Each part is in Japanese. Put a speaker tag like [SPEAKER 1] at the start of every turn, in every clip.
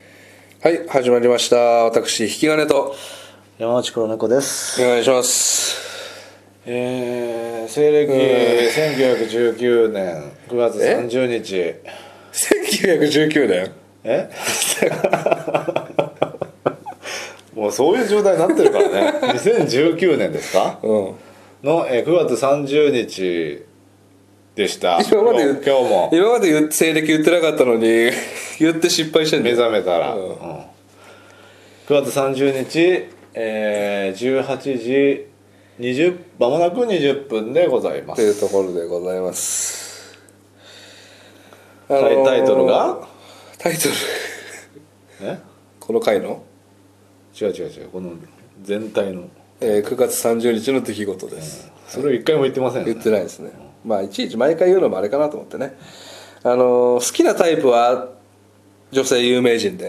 [SPEAKER 1] はい、始まりました。私、引き金と、
[SPEAKER 2] 山内黒猫です
[SPEAKER 1] お願いします。
[SPEAKER 2] えー、西暦1919年9月30日
[SPEAKER 1] 1919年
[SPEAKER 2] え もうそういう状態になってるからね2019年ですか
[SPEAKER 1] うん。
[SPEAKER 2] の、えー、9月30日でした
[SPEAKER 1] 今まで
[SPEAKER 2] 今
[SPEAKER 1] 言っ
[SPEAKER 2] 日も
[SPEAKER 1] 今まで言っ西暦言ってなかったのに、 言って失敗してんだ
[SPEAKER 2] 目
[SPEAKER 1] よ。
[SPEAKER 2] 覚めたら、
[SPEAKER 1] う
[SPEAKER 2] うんん9月30日、えー、18時20まもなく20分でございま
[SPEAKER 1] とい
[SPEAKER 2] す
[SPEAKER 1] うところでございます。あ
[SPEAKER 2] タイタイトルが
[SPEAKER 1] タイトル、
[SPEAKER 2] え
[SPEAKER 1] この回の、
[SPEAKER 2] 違う違う違うこの全体の
[SPEAKER 1] えー9月30日の出来事です。
[SPEAKER 2] それを一回も言ってませんよね
[SPEAKER 1] 言ってないですね。まあ、いちいち毎回言うのもあれかなと思ってね。あのー好きなタイプは女性有名人でっ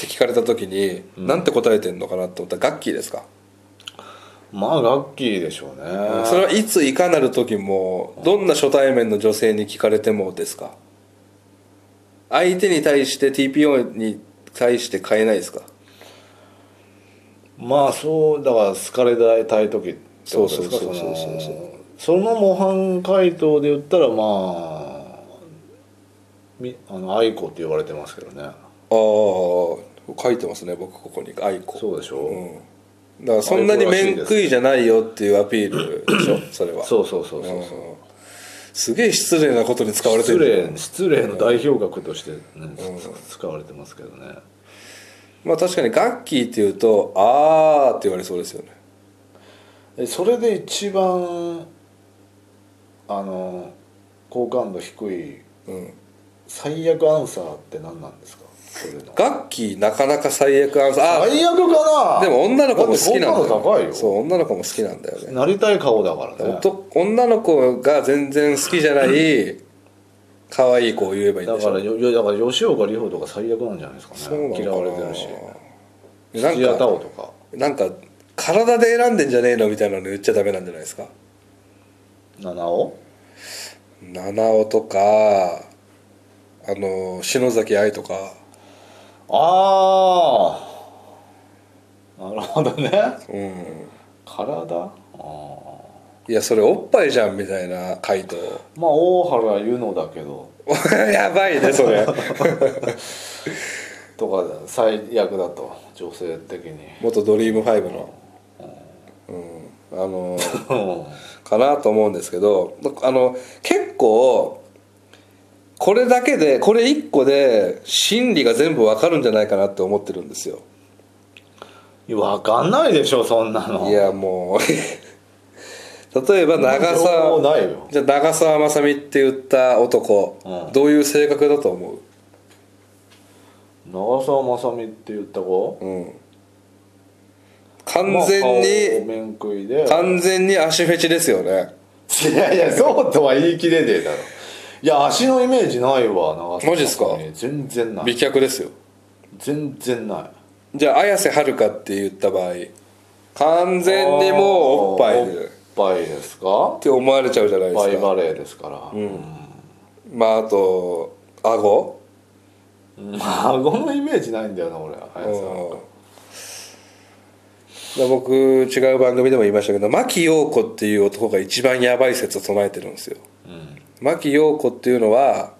[SPEAKER 1] て聞かれた時に、なんて答えてんのかなと思ったらガッキーですか
[SPEAKER 2] まあガッキーでしょうね
[SPEAKER 1] それはいついかなる時もどんな初対面の女性に聞かれてもですか相手に対して TPO に対して変えないですか
[SPEAKER 2] まあそうだから好かれたい時ってことですか
[SPEAKER 1] そうそうそうそうそう
[SPEAKER 2] のその模範解答で言ったらまあみあの愛子って言われてますけどね
[SPEAKER 1] ああ書いてますね僕ここに愛子
[SPEAKER 2] そうでしょ、
[SPEAKER 1] うん、だからそんなに面食いじゃないよっていうアピールでしょそれは
[SPEAKER 2] そうそうそうそうそう
[SPEAKER 1] うんすげえ失礼なことに使われて
[SPEAKER 2] 失
[SPEAKER 1] る
[SPEAKER 2] 礼失礼の代表格としてね、使われてますけどね
[SPEAKER 1] まあ確かにガッキーっていうと「あー」って言われそうですよね
[SPEAKER 2] えそれで一番あの好感度低い
[SPEAKER 1] うん
[SPEAKER 2] 最悪アンサーって何なんですかそれの
[SPEAKER 1] ガッキーなかなか最悪アンサーあ
[SPEAKER 2] 最悪かな
[SPEAKER 1] でも女の子も好きなんだ
[SPEAKER 2] だって好感度高い
[SPEAKER 1] よ
[SPEAKER 2] よ
[SPEAKER 1] そう女の子も好きなんだよね
[SPEAKER 2] なりたい顔だからね
[SPEAKER 1] 男女の子が全然好きじゃない可愛い子を言えばいいん
[SPEAKER 2] だ
[SPEAKER 1] でしょ
[SPEAKER 2] からよよだから吉岡里帆とか最悪なんじゃないですかね
[SPEAKER 1] そうなのかな
[SPEAKER 2] 嫌われてるし
[SPEAKER 1] なん
[SPEAKER 2] 土屋太
[SPEAKER 1] か
[SPEAKER 2] 鳳とか
[SPEAKER 1] なんか体で選んでんじゃねえのみたいなの言っちゃダメなんじゃないですか
[SPEAKER 2] 七尾
[SPEAKER 1] 七尾とかあの篠崎愛とか
[SPEAKER 2] ああなるほどね
[SPEAKER 1] うん
[SPEAKER 2] 体ああ
[SPEAKER 1] いやそれおっぱいじゃんみたいな回答
[SPEAKER 2] まあ大原優乃だけど
[SPEAKER 1] やばいねそ れ
[SPEAKER 2] とか最悪だと女性的に
[SPEAKER 1] 元ドリームファイブのうんあの
[SPEAKER 2] うん
[SPEAKER 1] かなと思うんですけどあの結構これだけでこれ一個で心理が全部わかるんじゃないかなって思ってるんですよ
[SPEAKER 2] 分かんないでしょそんないの
[SPEAKER 1] やもう 例えば長
[SPEAKER 2] 情報
[SPEAKER 1] 澤
[SPEAKER 2] ないよ
[SPEAKER 1] じゃあ長澤まさみって言った男、
[SPEAKER 2] うん
[SPEAKER 1] どういう性格だと思
[SPEAKER 2] 長澤まさみって言った子
[SPEAKER 1] う、うん、完全に、
[SPEAKER 2] まあ、顔面食いで
[SPEAKER 1] 完全に足フェチですよね
[SPEAKER 2] いやいやそうとは言い切れねえだろいや足のイメージないわ長澤まさみ
[SPEAKER 1] マジっすか
[SPEAKER 2] 全然な
[SPEAKER 1] 美
[SPEAKER 2] い
[SPEAKER 1] 脚ですよ
[SPEAKER 2] 全然ない
[SPEAKER 1] じゃあ綾瀬はるかって言った場合完全にもうおっぱい
[SPEAKER 2] おっ
[SPEAKER 1] で
[SPEAKER 2] ぱいですか
[SPEAKER 1] って思われちゃうじゃない
[SPEAKER 2] お
[SPEAKER 1] で
[SPEAKER 2] っぱい
[SPEAKER 1] すか
[SPEAKER 2] バレーですから、
[SPEAKER 1] まああと顎
[SPEAKER 2] うん顎のイメージないんだよな俺
[SPEAKER 1] う
[SPEAKER 2] 綾瀬は
[SPEAKER 1] んで僕違う番組でも言いましたけど牧陽子っていう男が一番やばい説を唱えてるんですよ牧陽子っていうのは、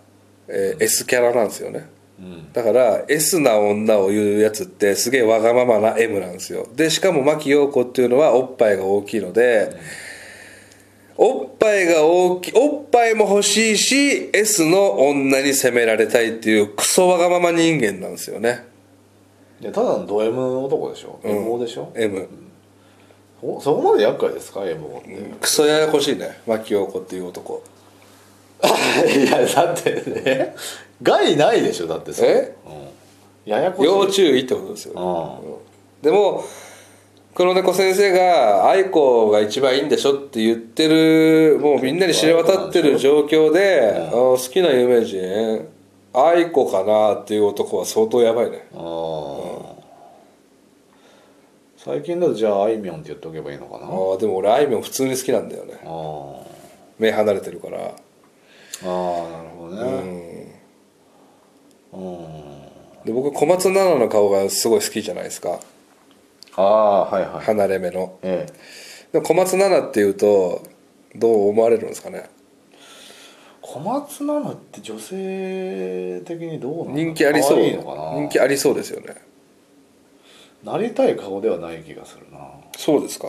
[SPEAKER 1] えー S キャラなんですよね
[SPEAKER 2] うんうん
[SPEAKER 1] だから S な女を言うやつってすげえわがままな M なんですよでしかも牧陽子っていうのはおっぱいが大きいので、おっぱいが大きいおっぱいも欲しいし S の女に責められたいっていうクソわがまま人間なんですよね
[SPEAKER 2] いやただのド M 男でしょ、M 男でしょ
[SPEAKER 1] M
[SPEAKER 2] おそこまで厄介ですか M 男って、
[SPEAKER 1] クソややこしいね牧陽子っていう男
[SPEAKER 2] いやだってね害ないでしょだってそれ
[SPEAKER 1] え、
[SPEAKER 2] うん、ややこしい
[SPEAKER 1] 要注意ってことですよねで
[SPEAKER 2] うん
[SPEAKER 1] も黒猫先生が愛子が一番いいんでしょって言ってるもうみんなに知れ渡ってる状況で、あの好きな有名人愛子かなっていう男は相当やばいね
[SPEAKER 2] あー最近だとじゃああいみょんって言っておけばいいのかな
[SPEAKER 1] あーでも俺あいみょん普通に好きなんだよね
[SPEAKER 2] あ
[SPEAKER 1] 目離れてるから
[SPEAKER 2] ーあーなるほ
[SPEAKER 1] う
[SPEAKER 2] どね
[SPEAKER 1] ん
[SPEAKER 2] うん
[SPEAKER 1] で僕小松菜奈の顔がすごい好きじゃないですか
[SPEAKER 2] ああはいはい、
[SPEAKER 1] 離れ目の
[SPEAKER 2] ええ
[SPEAKER 1] でも小松菜奈っていうとどう思われるんですかね
[SPEAKER 2] 小松菜奈って女性的にどうなの
[SPEAKER 1] 人気ありそう
[SPEAKER 2] いいのかな
[SPEAKER 1] 人気ありそうですよね
[SPEAKER 2] なりたい顔ではない気がするな
[SPEAKER 1] そうですか、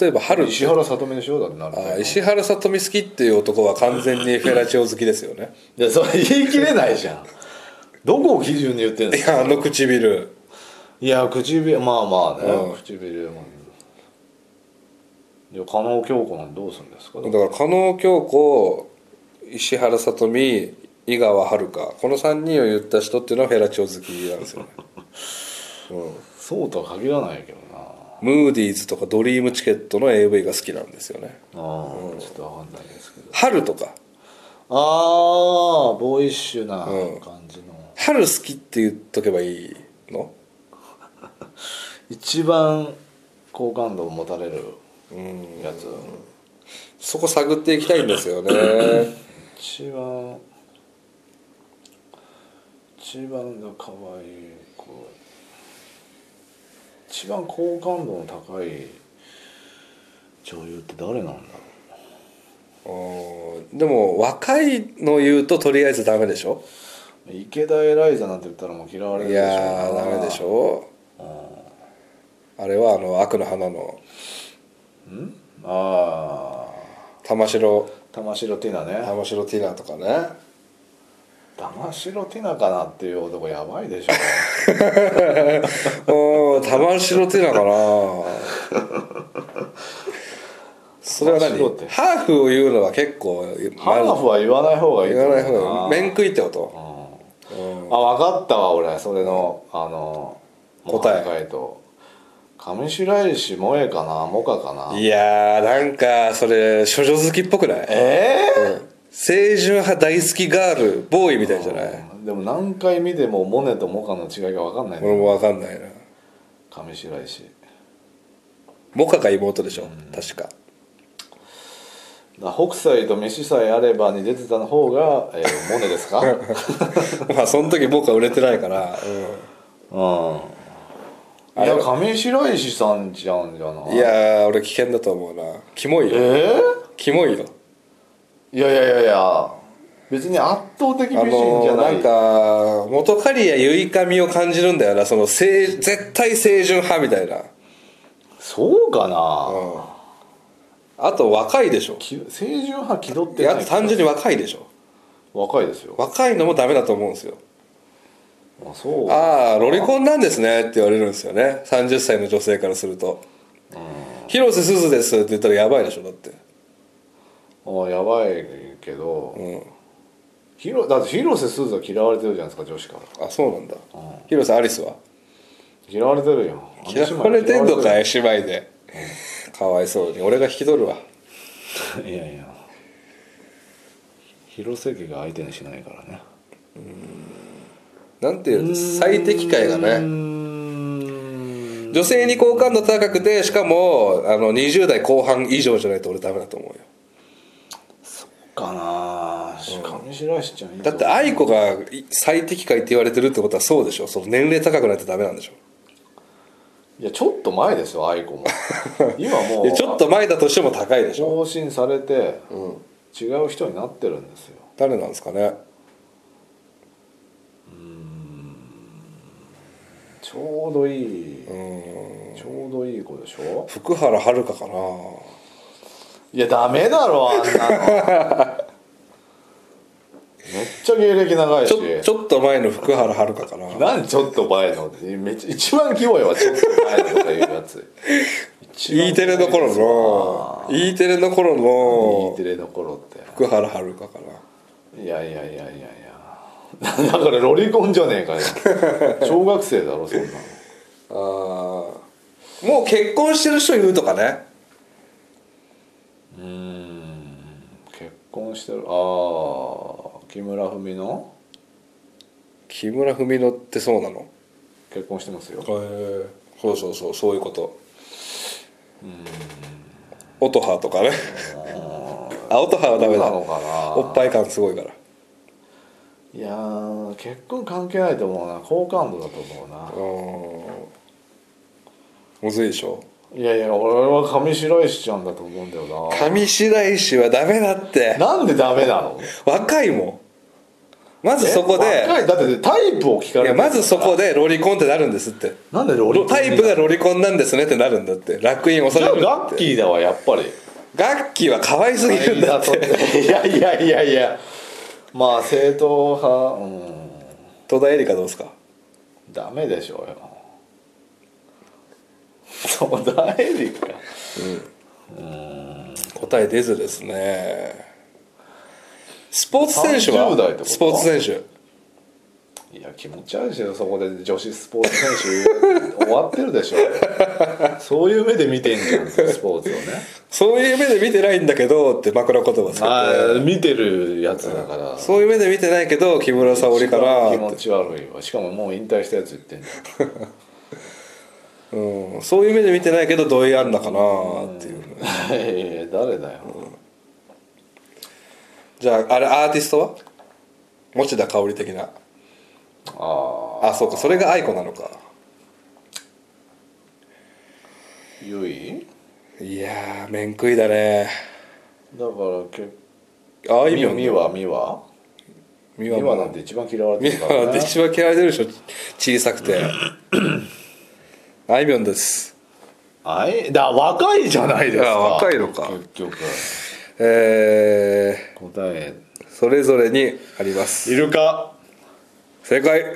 [SPEAKER 1] 例えば春
[SPEAKER 2] 石原さとみでしょだってなり
[SPEAKER 1] あ
[SPEAKER 2] たい
[SPEAKER 1] ー
[SPEAKER 2] 顔
[SPEAKER 1] 石原さとみ好きっていう男は完全にフェラチオ好きですよね
[SPEAKER 2] いやそれ言い切れないじゃんどこを基準に言ってん
[SPEAKER 1] い
[SPEAKER 2] の
[SPEAKER 1] やあの唇
[SPEAKER 2] いや唇まあまあね、
[SPEAKER 1] うん
[SPEAKER 2] 唇もいや加納京子なんてどうするんですか
[SPEAKER 1] だから加納京子石原さとみ井川遥この3人を言った人っていうのはフェラチオ好きなんですよね、
[SPEAKER 2] そうとは限らないけどな
[SPEAKER 1] うん、ムーディーズとかドリームチケットの AV が好きなんですよね
[SPEAKER 2] ああ、ちょっとわかんないですけど
[SPEAKER 1] 春とか
[SPEAKER 2] ああボーイッシュな
[SPEAKER 1] うん
[SPEAKER 2] 感じの、
[SPEAKER 1] 春好きって言っとけばいいの
[SPEAKER 2] 一番好感度を持たれるやつ、
[SPEAKER 1] そこ探っていきたいんですよね
[SPEAKER 2] 一番一番の可愛い子一番好感度の高い女優って誰なんだろ
[SPEAKER 1] うんでも若いの言うととりあえずダメでしょ
[SPEAKER 2] う池田エライザなんて言ったらもう嫌われる
[SPEAKER 1] い
[SPEAKER 2] でしょうな
[SPEAKER 1] やーダメでしょあれはあの悪の花の
[SPEAKER 2] うんあ
[SPEAKER 1] 玉城
[SPEAKER 2] あ玉城ティナね
[SPEAKER 1] 玉城ティナとか ね
[SPEAKER 2] 玉城ティナかなっていう男やばいでしょ
[SPEAKER 1] うん玉城ティナかな それは何
[SPEAKER 2] 玉城って
[SPEAKER 1] ハーフを言うのは結構
[SPEAKER 2] ハーフは言わない方がいい
[SPEAKER 1] 言
[SPEAKER 2] と思う
[SPEAKER 1] わない方が面食いってこと
[SPEAKER 2] うん
[SPEAKER 1] うん
[SPEAKER 2] あ分かったわ俺それのあの
[SPEAKER 1] 答え
[SPEAKER 2] えと上白石萌えかなモカかない
[SPEAKER 1] やーなんかそれ処女好きっぽくない
[SPEAKER 2] ええ
[SPEAKER 1] うん清純派大好きガールボーイみたいじゃない
[SPEAKER 2] でも何回見てもモネとモカの違いが分かんない
[SPEAKER 1] 俺
[SPEAKER 2] ね
[SPEAKER 1] もわかんないな
[SPEAKER 2] 上白石
[SPEAKER 1] モカが妹でしょ確か
[SPEAKER 2] だ北斎と飯さえあればに出てたの方が、えーモネですかう
[SPEAKER 1] まあその時僕は売れてないから、
[SPEAKER 2] んいや上白石さんじゃんじゃない
[SPEAKER 1] いやー俺危険だと思うなキモいよ
[SPEAKER 2] え
[SPEAKER 1] キモいよ
[SPEAKER 2] ーいやいやいやいや別に圧倒的美
[SPEAKER 1] あ
[SPEAKER 2] 人じ
[SPEAKER 1] の
[SPEAKER 2] ゃ
[SPEAKER 1] ー、
[SPEAKER 2] な
[SPEAKER 1] ないんか元刈谷ゆいかみを感じるんだよなその清絶対清純派みたいな、
[SPEAKER 2] そうかな、
[SPEAKER 1] うん、あと若いでしょ
[SPEAKER 2] き清純派気取っ
[SPEAKER 1] い
[SPEAKER 2] て
[SPEAKER 1] や
[SPEAKER 2] な
[SPEAKER 1] あ
[SPEAKER 2] い
[SPEAKER 1] と単純に若いでしょ
[SPEAKER 2] 若いですよ
[SPEAKER 1] 若いのもダメだと思うんですよ
[SPEAKER 2] あそう
[SPEAKER 1] ああロリコンなんですねって言われるんですよね30歳の女性からすると「広瀬すずです」って言ったらやばいでしょだって
[SPEAKER 2] あやばいけど、
[SPEAKER 1] うん
[SPEAKER 2] ひろだって広瀬すずは嫌われてるじゃないですか女子から
[SPEAKER 1] あそうなんだ広瀬アリスは
[SPEAKER 2] 嫌われてるよ
[SPEAKER 1] 嫌われてんのか
[SPEAKER 2] い
[SPEAKER 1] い姉妹でかわいそうに俺が引き取るわ
[SPEAKER 2] いやいや広瀬家が相手にしないからね
[SPEAKER 1] なんていう最適解が
[SPEAKER 2] うー
[SPEAKER 1] ね
[SPEAKER 2] ん
[SPEAKER 1] 女性に好感度高くてしかもあの20代後半以上じゃないと俺ダメだと思うよ
[SPEAKER 2] かな上白石ちゃんいいと
[SPEAKER 1] だ
[SPEAKER 2] こ
[SPEAKER 1] って愛子がい最適解って言われてるってことはそうでしょその年齢高くないとダメなんでしょ
[SPEAKER 2] いやちょっと前です よ愛子も今も
[SPEAKER 1] いうやちょっと前だとしても高いでしょ
[SPEAKER 2] 昇進されて、違う人になってるんですよ
[SPEAKER 1] 誰なんですかね
[SPEAKER 2] ちょうどいいちょうどいい子でしょ
[SPEAKER 1] 福原遥かなあ
[SPEAKER 2] いやダメだろあんなのめっちゃ芸歴長いし
[SPEAKER 1] ちょちょっと前の福原遥かな
[SPEAKER 2] 何ちょっと前のってめっちゃ一番キモいわちょっと前のとかいうやつ一番
[SPEAKER 1] E テレの頃の E テレの頃の
[SPEAKER 2] E テレの頃って
[SPEAKER 1] 福原遥かない
[SPEAKER 2] やいやいやいやいやだからロリコンじゃねえかよ小学生だろそんなの
[SPEAKER 1] あーもう結婚してる人いるとかね
[SPEAKER 2] うーん結婚してるああ木村文乃
[SPEAKER 1] 木村文乃ってそうなの
[SPEAKER 2] 結婚してますよ
[SPEAKER 1] えそうそうそうそういうこと音羽とかねあ音羽はダメだ
[SPEAKER 2] そうなのかな
[SPEAKER 1] おっぱい感すごいから
[SPEAKER 2] いやー結婚関係ないと思うな好感度だと思うな
[SPEAKER 1] むずいでしょ
[SPEAKER 2] いやいや俺は上白石ちゃんだと思うんだよ
[SPEAKER 1] 上白石はダメだって
[SPEAKER 2] ななんでダメなの
[SPEAKER 1] 若いもんまずそこ
[SPEAKER 2] え
[SPEAKER 1] で
[SPEAKER 2] 若いだってタイプを聞か
[SPEAKER 1] い
[SPEAKER 2] れ
[SPEAKER 1] や
[SPEAKER 2] る
[SPEAKER 1] まずそこでロリコンってなるんですって
[SPEAKER 2] なんでロリコン
[SPEAKER 1] タイプがロリコンなんですねってなるんだってラックイン押
[SPEAKER 2] じ
[SPEAKER 1] さ
[SPEAKER 2] ゃ
[SPEAKER 1] れ
[SPEAKER 2] あ
[SPEAKER 1] るんだ
[SPEAKER 2] ガ
[SPEAKER 1] って
[SPEAKER 2] ッキーだわやっぱり
[SPEAKER 1] ガッキーは可愛すぎるんだって
[SPEAKER 2] いやいやいやいやまあ正統派うん
[SPEAKER 1] 戸田恵梨香どうですか
[SPEAKER 2] ダメでしょうよそうだエリか
[SPEAKER 1] 答え出ずですねスポーツ選手は
[SPEAKER 2] 30代ってこと
[SPEAKER 1] スポーツ選
[SPEAKER 2] いや気持ち悪いですよそこで女子スポーツ選手終わってるでしょそういう目で見てんじゃんスポーツをね
[SPEAKER 1] 手そういう目で見てないんだけどって枕言葉
[SPEAKER 2] あ
[SPEAKER 1] 使って
[SPEAKER 2] ー見てるやつだから
[SPEAKER 1] そういう目で見てないけど木村沙織かな
[SPEAKER 2] 気持ち悪いわしかももう引退したやつ言ってんじ
[SPEAKER 1] うん、そういう目で見てないけど土井アンナかなっていう、
[SPEAKER 2] ゃんいやいや誰だよ、
[SPEAKER 1] じゃああれアーティストは持田香織的な
[SPEAKER 2] ああ
[SPEAKER 1] あそうかそれが愛子なのか
[SPEAKER 2] ゆい
[SPEAKER 1] いやー面食いだね
[SPEAKER 2] だから結
[SPEAKER 1] ああいみ
[SPEAKER 2] み
[SPEAKER 1] ょん
[SPEAKER 2] みはみは
[SPEAKER 1] 美
[SPEAKER 2] み
[SPEAKER 1] 和
[SPEAKER 2] は
[SPEAKER 1] も
[SPEAKER 2] なんて一番嫌われ
[SPEAKER 1] ミ
[SPEAKER 2] てる
[SPEAKER 1] ラ
[SPEAKER 2] から
[SPEAKER 1] なんて
[SPEAKER 2] ね
[SPEAKER 1] 一番嫌われてるでしょ小さくてあいみょんです
[SPEAKER 2] あいだ若いじゃないです
[SPEAKER 1] あ
[SPEAKER 2] か
[SPEAKER 1] 若いのか
[SPEAKER 2] 結局
[SPEAKER 1] え
[SPEAKER 2] 答え
[SPEAKER 1] ー、それぞれにあります
[SPEAKER 2] イルカ
[SPEAKER 1] 正解